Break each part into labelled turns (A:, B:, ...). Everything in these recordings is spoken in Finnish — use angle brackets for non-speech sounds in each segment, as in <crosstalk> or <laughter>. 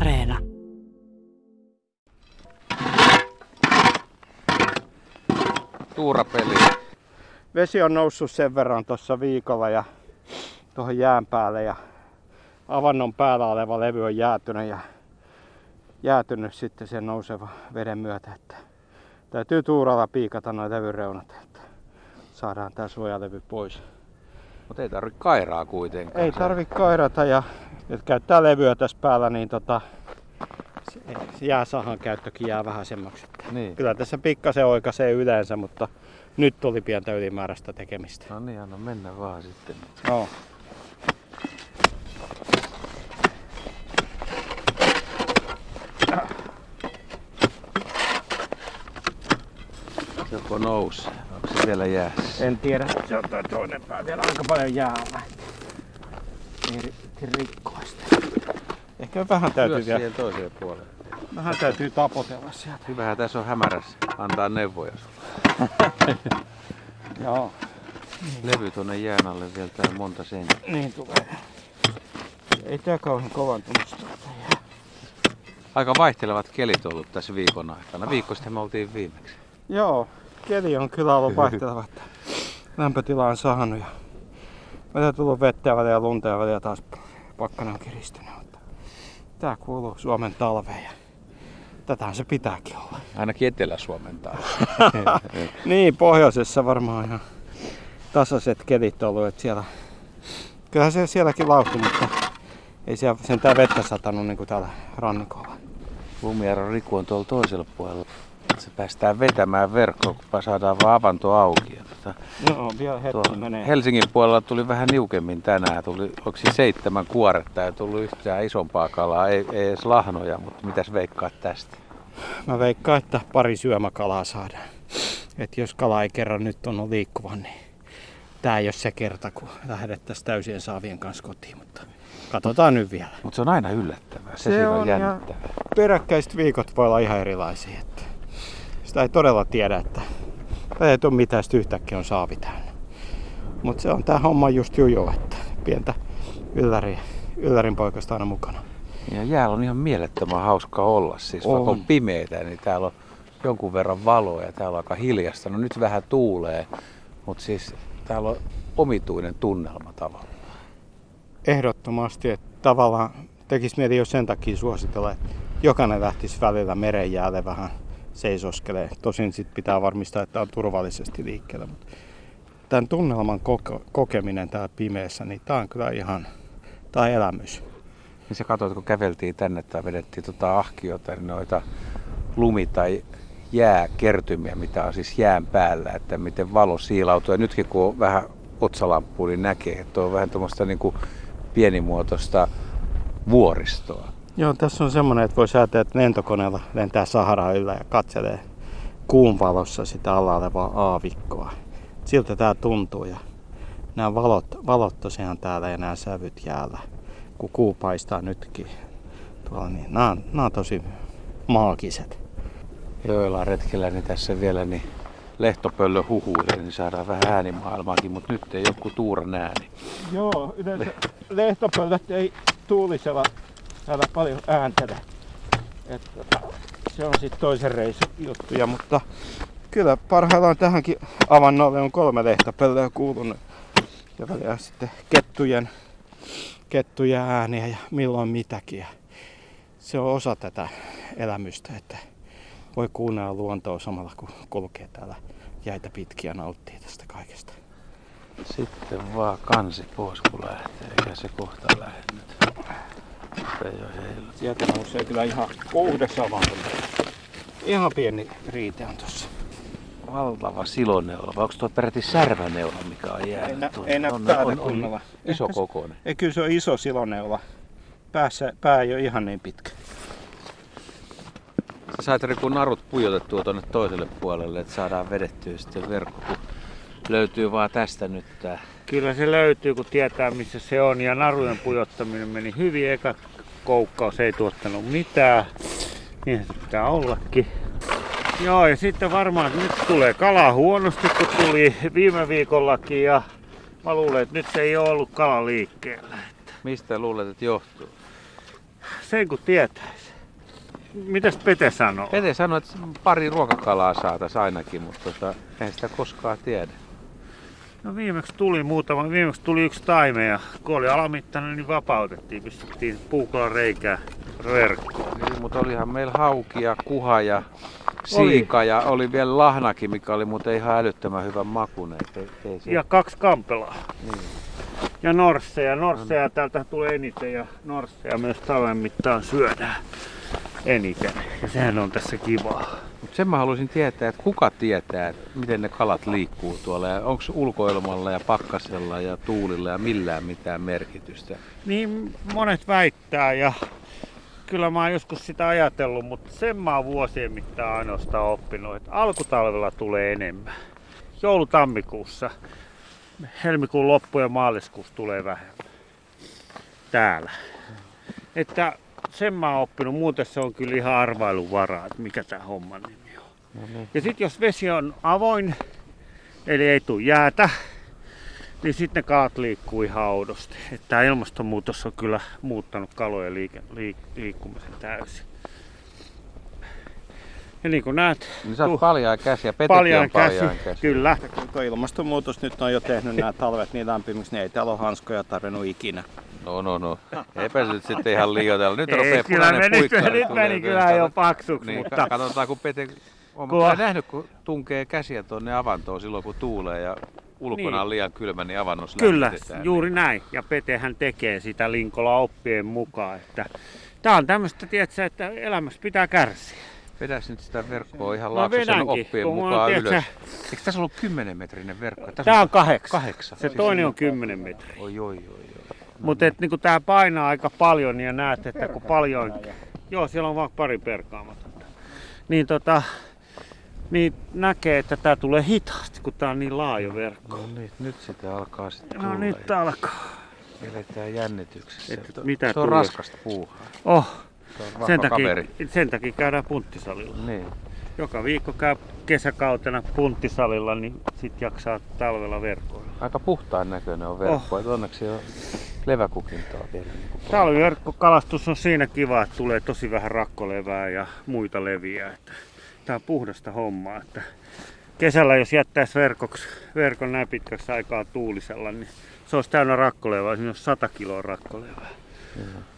A: Areena.
B: Tuurapeli.
C: vesi on noussut sen verran tuossa viikolla ja tuohon jään päälle ja avannon päällä oleva levy on jäätynyt ja jäätynyt sitten sen nouseva veden myötä, että täytyy tuuralla piikata noin levyreunat, että saadaan tämä suojalevy pois.
B: Mutta ei tarvi kairaa kuitenkaan.
C: Ei tarvi kairata ja nyt käyttää levyä tässä päällä, niin tota, se- se jääsahan käyttökin jää vähän semmoksi.
B: Niin.
C: Kyllä tässä pikkasen oikaisee yleensä, mutta nyt oli pientä ylimääräistä tekemistä.
B: No niin, anna mennä vaan sitten.
C: Joo.
B: Joko nousee. Onko se vielä jäässä?
C: En tiedä. Se on toi toinen pää. Siellä on aika paljon jäällä. Ei ri- rikkoa sitä. Ehkä vähän täytyy,
B: Lyö
C: vielä,
B: siihen toiseen puolelle.
C: vähän täytyy tapotella sieltä.
B: Hyvähän tässä on hämärässä. Antaa neuvoja sulle.
C: Joo.
B: Levy tuonne jään alle vielä täällä monta senttiä.
C: Niin tulee. Ei tää kauhean kovan tunnusta.
B: Aika vaihtelevat kelit ollut tässä viikon aikana. Viikko sitten me oltiin viimeksi.
C: Joo. Keli on kyllä ollut vaihteleva. että Lämpötila on saanut ja välillä tullut vettä ja välillä lunta ja välillä taas pakkana on kiristynyt. mutta Tää kuuluu Suomen talveen ja tätähän se pitääkin olla.
B: Ainakin Etelä-Suomen taas.
C: Niin, pohjoisessa varmaan ihan tasaiset kelit ollut, että siellä... Kyllähän se sielläkin lauhti, mutta ei siellä sentään vettä satanut niin kuin täällä rannikolla.
B: Lumijärven Riku on tuolla toisella puolella. Se päästään vetämään verkkoon, kun saadaan vaan avanto auki. Ja tota,
C: No, vielä hetki
B: Tuolla
C: menee.
B: Helsingin puolella tuli vähän niukemmin tänään. Tuli, oliko siis seitsemän kuoretta ja tullut yhtään isompaa kalaa, ei, ei edes lahnoja, mutta mitäs veikkaat tästä?
C: Mä veikkaan, että pari syömäkalaa saadaan. Et jos kala ei kerran nyt on ollut liikkuvan, niin tää ei ole se kerta, kun lähdettäisiin täysien saavien kanssa kotiin, mutta katsotaan nyt vielä.
B: Mutta se on aina yllättävää, se,
C: Se
B: siinä
C: on
B: on
C: ja-
B: jännittävää. Ja...
C: peräkkäiset viikot voi olla ihan erilaisia. Että sitä ei todella tiedä, että tai ei tule mitään, sitten yhtäkkiä on saavi täynnä. Mutta se on tämä homma just juju, että pientä ylläriä, yllärin poikasta aina mukana.
B: ja jäällä on ihan mielettömän hauska olla, siis on. vaikka
C: On.
B: on pimeetä, niin täällä on jonkun verran valoa ja täällä on aika hiljasta. No nyt vähän tuulee, mutta siis täällä on omituinen tunnelma tavallaan.
C: Ehdottomasti, että tavallaan tekisi mieli jo sen takia suositella, että jokainen lähtisi välillä meren jäälle vähän seisoskelee. Tosin sit pitää varmistaa, että on turvallisesti liikkeellä. Mutta tämän tunnelman koke- kokeminen täällä pimeässä, niin tämä on kyllä ihan, tämä on elämys.
B: Niin sä katsoit, kun käveltiin tänne tai vedettiin tota ahkiota, niin noita lumi- tai jääkertymiä, mitä on siis jään päällä, että miten valo siilautuu. Ja nytkin kun on vähän otsalamppu, niin näkee, että on vähän tuommoista niin kuin pienimuotoista vuoristoa.
C: Joo, tässä on semmoinen, että voi säätää, että lentokoneella lentää Saharaa yllä ja katselee kuun valossa sitä alla olevaa aavikkoa. Siltä tää tuntuu ja nämä valot, valot tosiaan täällä ja nämä sävyt jäällä, kun kuu paistaa nytkin tuolla, niin nämä, on- nämä on tosi maagiset.
B: Joillain retkellä niin tässä vielä niin lehtopöllö huhuilee, niin saadaan vähän äänimaailmaakin, mutta nyt ei joku tuuran ääni.
C: Joo, yleensä lehtopöllöt ei tuulisella täällä paljon ääntele. Et, tota, se on sitten toisen reisun juttuja, mutta kyllä parhaillaan tähänkin avannolle on kolme lehtopöllöä kuulunut. Ja välillä sitten kettujen, kettuja ääniä ja milloin mitäkin. Ja se on osa tätä elämystä, että voi kuunnella luontoa samalla kun kulkee täällä jäitä pitkiä nauttii tästä kaikesta.
B: Sitten vaan kansi pois kun lähtee, eikä se kohta lähde nyt. Ei ole heillä.
C: Sieltä nousee kyllä ihan puhdas avanto. Ihan pieni riite on tossa.
B: Valtava siloneula, vai onko tuo peräti särväneula, mikä on jäänyt?
C: Ei nä-
B: tuonne?
C: ei näy
B: on,
C: päälle
B: on, on,
C: kunnolla.
B: iso
C: Ehkä se-
B: kokoinen.
C: Ei kyllä se on iso siloneula. Päässä, pää ei ole ihan niin pitkä.
B: Sä sait Riku narut pujotettua tuonne toiselle puolelle, että saadaan vedettyä sitten verkko, kun löytyy vaan tästä nyt tää.
D: Kyllä se löytyy, kun tietää missä se on. Ja narujen pujottaminen meni hyvin. Eka koukkaus ei tuottanut mitään. Niin se pitää ollakin. Joo, ja sitten varmaan nyt tulee kala huonosti, kun tuli viime viikollakin. Ja mä luulen, että nyt ei ole ollut kala liikkeellä.
B: Mistä luulet, että johtuu?
D: sen kun tietäis. Mitäs Pete sanoo?
B: Pete sanoi, että pari ruokakalaa saataisiin ainakin, mutta tota, ei sitä koskaan tiedä.
D: No viimeksi tuli muutama, viimeksi tuli yksi taime ja kun oli alamittainen, niin vapautettiin, pistettiin puukolla reikää verkkoon.
B: Niin, mutta olihan meillä hauki ja kuha ja siika oli. ja oli vielä lahnakin, mikä oli muuten ihan älyttömän hyvän makunen. Ei, ei se...
D: Ja kaksi kampelaa.
B: Niin.
D: Ja norseja, norseja täältä tulee eniten ja norseja myös talven mittaan syödään eniten. Ja sehän on tässä kivaa.
B: Mut sen mä haluaisin tietää, että kuka tietää, että miten ne kalat liikkuu tuolla ja onko ulkoilmalla ja pakkasella ja tuulilla ja millään mitään merkitystä.
D: Niin monet väittää ja kyllä mä oon joskus sitä ajatellut, mutta sen mä oon vuosien mittaan ainoastaan oppinut, että alkutalvella tulee enemmän. Joulutammikuussa, helmikuun loppu ja maaliskuussa tulee vähemmän. Täällä. Että sen mä oon oppinut, muuten se on kyllä ihan arvailun varaa, että mikä tämä homman nimi on.
B: No niin.
D: Ja sitten jos vesi on avoin, eli ei tule jäätä, niin sitten ne kalat liikkuu ihan oudosti. Tämä ilmastonmuutos on kyllä muuttanut kalojen liike, liik, liikkumisen täysin. Ja niin kuin näet,
B: Niin sä oot
D: Tuh.
B: paljaa käsiä, Petekin on
D: paljaan käsi,
B: paljaan käsi.
D: kyllä.
C: Ja Kuinka ilmastonmuutos nyt on jo tehnyt nämä talvet niin lämpimiksi, niin ei täällä ole hanskoja tarvinnut ikinä.
B: No no no, eipä se nyt sitten ihan liioitella. Nyt
D: Ei,
B: rupeaa
D: kyllä
B: punainen
D: meni,
B: puikka.
D: nyt meni kyllä jo paksuksi,
B: Niin,
D: mutta
B: mutta... katsotaan kun Pete... Olen
D: Kuva.
B: kyllä nähnyt, kun tunkee käsiä tuonne avantoon silloin, kun tuulee ja ulkona
D: Niin.
B: on liian kylmä, niin avannossa
D: <laughs> Kyllä,
B: lämmitetään.
D: juuri näin. Ja Petehän tekee sitä Linkola oppien mukaan. Että tämä on tämmöistä, tiedätkö, että elämässä pitää kärsiä.
B: Niin. Vedäs nyt sitä verkkoa ihan
D: Mä
B: laaksosen
D: vedänkin,
B: oppien
D: kun mulla on,
B: mukaan
D: tiedätkö,
B: ylös. Eikö tässä ollut 10 metrinen verkko? Tässä
D: Tämä on kahdeksan.
B: kahdeksan.
D: Se toinen on 10 metriä.
B: Oi, oi, oi, oi.
D: Mutta niin tämä painaa aika paljon ja näet, että kun paljon... Joo, siellä on vaan pari perkaamatonta. Niin tota, niin näkee, että tämä tulee hitaasti, kun tämä on niin laaja verkko.
B: No niin, nyt sitä alkaa sitten
D: No
B: tulla.
D: nyt alkaa.
B: Eletään jännityksessä.
D: Et
B: Tuo-
D: mitä
B: Se on
D: tulee?
B: raskasta puuhaa.
D: Oh,
B: Se on vahva
D: sen takia,
B: kaveri.
D: sen takia käydään punttisalilla.
B: Niin.
D: Joka viikko käy kesäkautena punttisalilla, niin sit jaksaa talvella verkoilla.
B: Aika puhtaan näköinen on verkko, oh. onneksi on leväkukintoa vielä. Niin kuin
D: Talviverkkokalastus on siinä kiva, että tulee tosi vähän rakkolevää ja muita leviä. Että tää on puhdasta hommaa. Että kesällä jos jättäisi verkoksi, verkon näin pitkäksi aikaa tuulisella, niin se olisi täynnä rakkolevää. Siinä olisi 100 kiloa rakkolevää.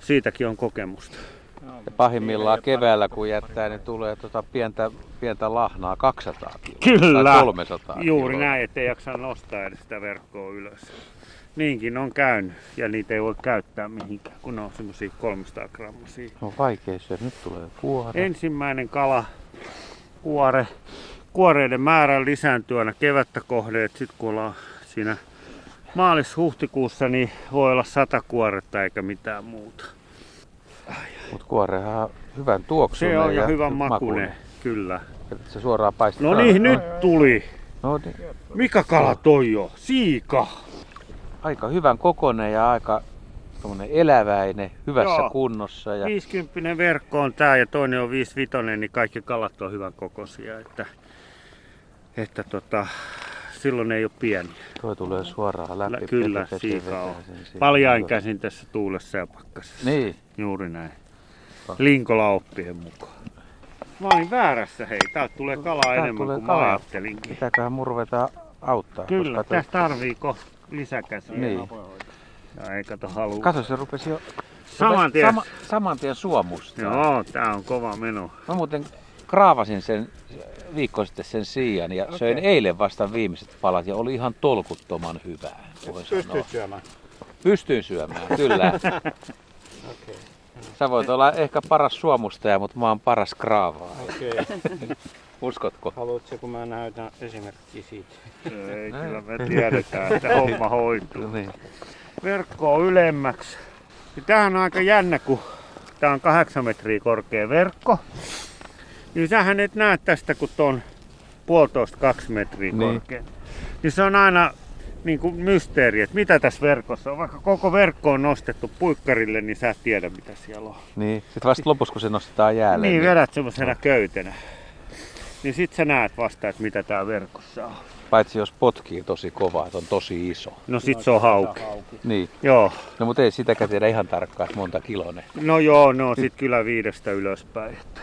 D: Siitäkin on kokemusta.
B: ja pahimmillaan keväällä kun jättää, niin tulee tuota pientä, pientä lahnaa 200 kiloa.
D: Kyllä.
B: Tai 300
D: Juuri
B: kiloa.
D: näin, ettei jaksa nostaa edes sitä verkkoa ylös. Niinkin on käynyt ja niitä ei voi käyttää mihinkään, kun ne on semmosia 300 grammasia.
B: On No vaikea syödä, nyt tulee kuora.
D: Ensimmäinen kala, kuore. Kuoreiden määrä lisääntyy aina kevättä kohden, sitten kun ollaan siinä maalis-huhtikuussa, niin voi olla sata kuoretta eikä mitään muuta.
B: Mutta kuorehan on hyvän tuoksunen
D: Se on ja
B: ja
D: hyvän makunen, kyllä.
B: makuinen. Se suoraan paistaa.
D: No niin, nyt tuli.
B: No niin.
D: Mikä kala toi on? Siika.
B: Aika hyvän kokonen ja aika tommonen eläväinen, hyvässä
D: Joo. Niin.
B: kunnossa. Ja
D: 50 verkko on tää ja toinen on 55, niin kaikki kalat on hyvän kokoisia. Että, että tota, silloin ei ole pieni.
B: toi tulee suoraan läpi.
D: Lä- kyllä,
B: Pete- Pete
D: siika
B: vetää
D: on.
B: sen siitä.
D: Paljain käsin tässä tuulessa ja pakkasessa.
B: Niin.
D: Juuri näin.
B: Ah.
D: Linkola oppien mukaan. Mä olin väärässä, hei. Täältä tulee kalaa
B: Täältä
D: enemmän
B: tulee
D: kuin
B: kalaa.
D: mä ajattelinkin.
B: Pitääköhän mun ruveta auttaa?
D: Kyllä,
B: koska toi-
D: tässä tarvii kohta lisäkäsiä.
B: Niin.
D: Ja ei kato halua.
B: Kato, se rupesi jo
D: Saman tien.
B: Sama, saman tien suomusta.
D: Joo, tää on kova meno.
B: Mä muuten kraavasin sen viikko sitten sen siian ja okay. söin eilen vasta viimeiset palat ja oli ihan tolkuttoman hyvää. Voi sanoa.
C: Pystyt syömään.
B: Pystyin syömään, <laughs> kyllä. okay. Sä voit olla ehkä paras suomustaja, mutta mä oon paras kraavaa.
C: <laughs> Okei. Okay.
B: Uskotko?
C: Haluatko, kun mä näytän esimerkkiä siitä?
D: Ei, kyllä me tiedetään, että homma hoituu.
B: Niin.
D: verkkoa ylemmäksi. Ja tämähän on aika jännä, kun tämä on kahdeksan metriä korkea verkko. Niin sähän et näe tästä, kun on puolitoista kaksi metriä
B: Niin.
D: niin. korkea. Niin se on aina niin kuin mysteeri, että mitä tässä verkossa on. Vaikka koko verkko on nostettu puikkarille, niin sä et tiedä mitä siellä on.
B: niin. Sitten vasta lopussa, kun se nostetaan jäälle.
D: Niin, vedät semmoisena köytenä. niin sit sä näet vasta, että mitä tää verkossa on.
B: Paitsi jos potkii tosi kovaa, että on tosi iso.
D: No sit se on hauki.
B: Niin.
D: Joo.
B: No mutta ei sitäkään tiedä ihan tarkkaan, että monta kiloinen.
D: No joo, no sit kyllä viidestä ylöspäin. Että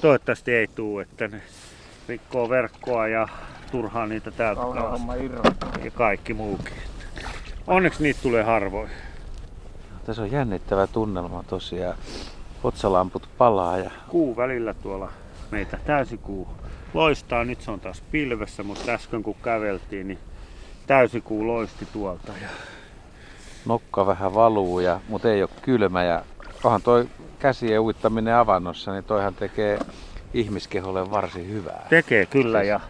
D: toivottavasti ei tuu, että ne rikkoo verkkoa ja turhaa niitä täältä kalastaa. Ja kaikki muukin. Onneksi niitä tulee harvoin.
B: Tässä on jännittävä tunnelma tosiaan. Otsalamput palaa ja
D: Kuu välillä tuolla meitä täysikuu loistaa. Nyt se on taas pilvessä, mutta äsken kun käveltiin, niin täysikuu loisti tuolta. Ja
B: nokka vähän valuu, ja, mutta ei ole kylmä. Ja onhan toi käsien uittaminen avannossa, niin toihan tekee ihmiskeholle varsin hyvää. Siis
D: tekee kyllä ja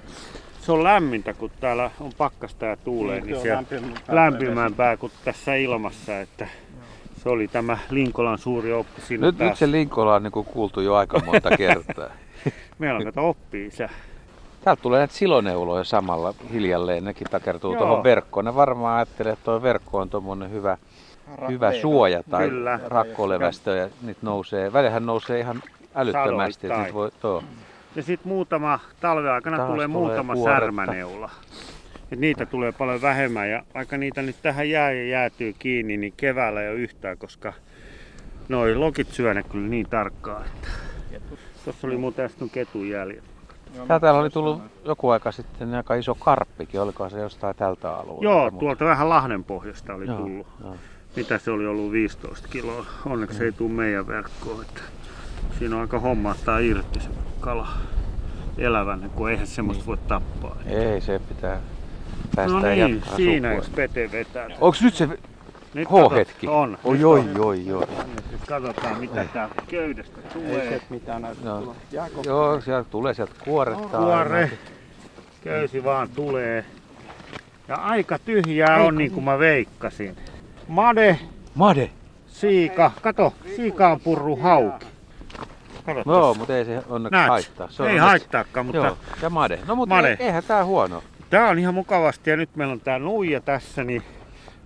D: se on lämmintä, kun täällä on pakkasta ja tuulee, niin siellä
C: lämpimämpää.
D: lämpimämpää kuin tässä ilmassa, että se oli tämä Linkolan suuri oppi sinne
B: Nyt, nyt
D: päässä.
B: se Linkola on niin kuin kuultu jo aika
D: <laughs>
B: monta kertaa.
D: Meillä on kato oppi-isä.
B: Täältä tulee näitä siloneuloja samalla hiljalleen, nekin takertuu
D: Joo.
B: tuohon verkkoon. Ne varmaan ajattelee, että tuo verkko on tuommoinen hyvä, hyvä suoja tai
D: Kyllä.
B: rakkolevästö ja niitä nousee. Välillähän nousee ihan älyttömästi. Että niitä voi, tuo.
D: Ja sitten muutama, talven aikana
B: Taas
D: tulee,
B: tulee
D: muutama
B: kuoretta.
D: särmäneula. Et niitä tulee paljon vähemmän ja vaikka niitä nyt tähän jää ja jäätyy kiinni, niin keväällä ei ole yhtään, koska noi lokit syö ne kyllä niin tarkkaan. Että... Tuossa oli muuten äsken ketun jäljet.
B: Tää täällä oli tullut joku aika sitten niin aika iso karppikin, oliko se jostain tältä alueelta?
D: Joo,
B: mutta-
D: tuolta vähän Lahden pohjasta oli
B: Joo,
D: tullut.
B: joo.
D: Mitä se oli ollut 15 kiloa. Onneksi ei tule meidän verkkoon. Että siinä on aika hommattaa irti se kala elävänä, kun eihän semmoista voi tappaa.
B: Ei, se pitää päästä
D: No niin,
B: jatkaa
D: siinä jos
B: sukua.
D: Pete vetää.
B: Onks nyt se
D: Nyt
B: H-hetki?
D: katsot- On.
B: Oi, oi, oi, oi.
D: Nyt katsotaan mitä tää köydestä
C: Ei
D: tulee.
C: se mitään näytä
B: Joo.
C: tulla. Jaakob,
B: No, Joo, sieltä tulee sieltä kuoretta.
D: Tuore. Köysi vaan tulee. Ja aika tyhjää on niin kuin mä veikkasin. Made,
B: Made!
D: siika, kato, siika on purru hauki. Kato
B: No,
D: no,
B: mutta ei se onneksi
D: Näet,
B: haittaa. Se on
D: ei
B: onneksi-
D: haittaakaan, mutta
B: Joo, ja Made. No, mutta
D: Made.
B: eihän tää huono.
D: tää on ihan mukavasti ja nyt meillä on tää nuija tässä, niin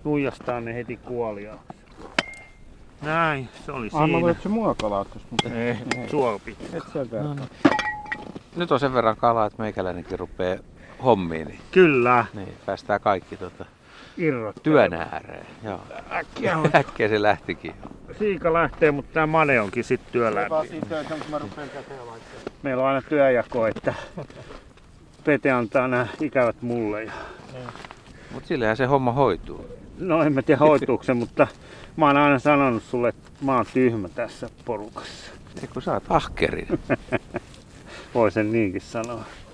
D: nuijastaan ne heti kuolia. Näin, se oli
C: Anna
D: siinä.
C: voit se mua kalauttaa, mutta
D: Ei, suopi.
C: et sen verran.
B: Nyt on sen verran kalaa, että meikäläinenkin rupee hommiin, niin,
D: Kyllä,
B: niin päästään kaikki tota,
D: irrot.
B: työn ääreen. Joo.
D: Äkkiä
B: Äkkiä se lähtikin.
D: Siika lähtee, mutta tämä mane onkin sitten työllä.
C: töitä, mutta mä rupean käteen laittamaan.
D: Meillä on aina työjako, että Pete antaa nämä ikävät mulle. Ja...
B: Mutta sillähän se homma hoituu.
D: No en mä tiedä hoituuko se, mutta mä oon aina sanonut sulle, että mä oon tyhmä tässä porukassa.
B: Ei kun sä oot ahkerin.
D: Voi sen niinkin sanoa.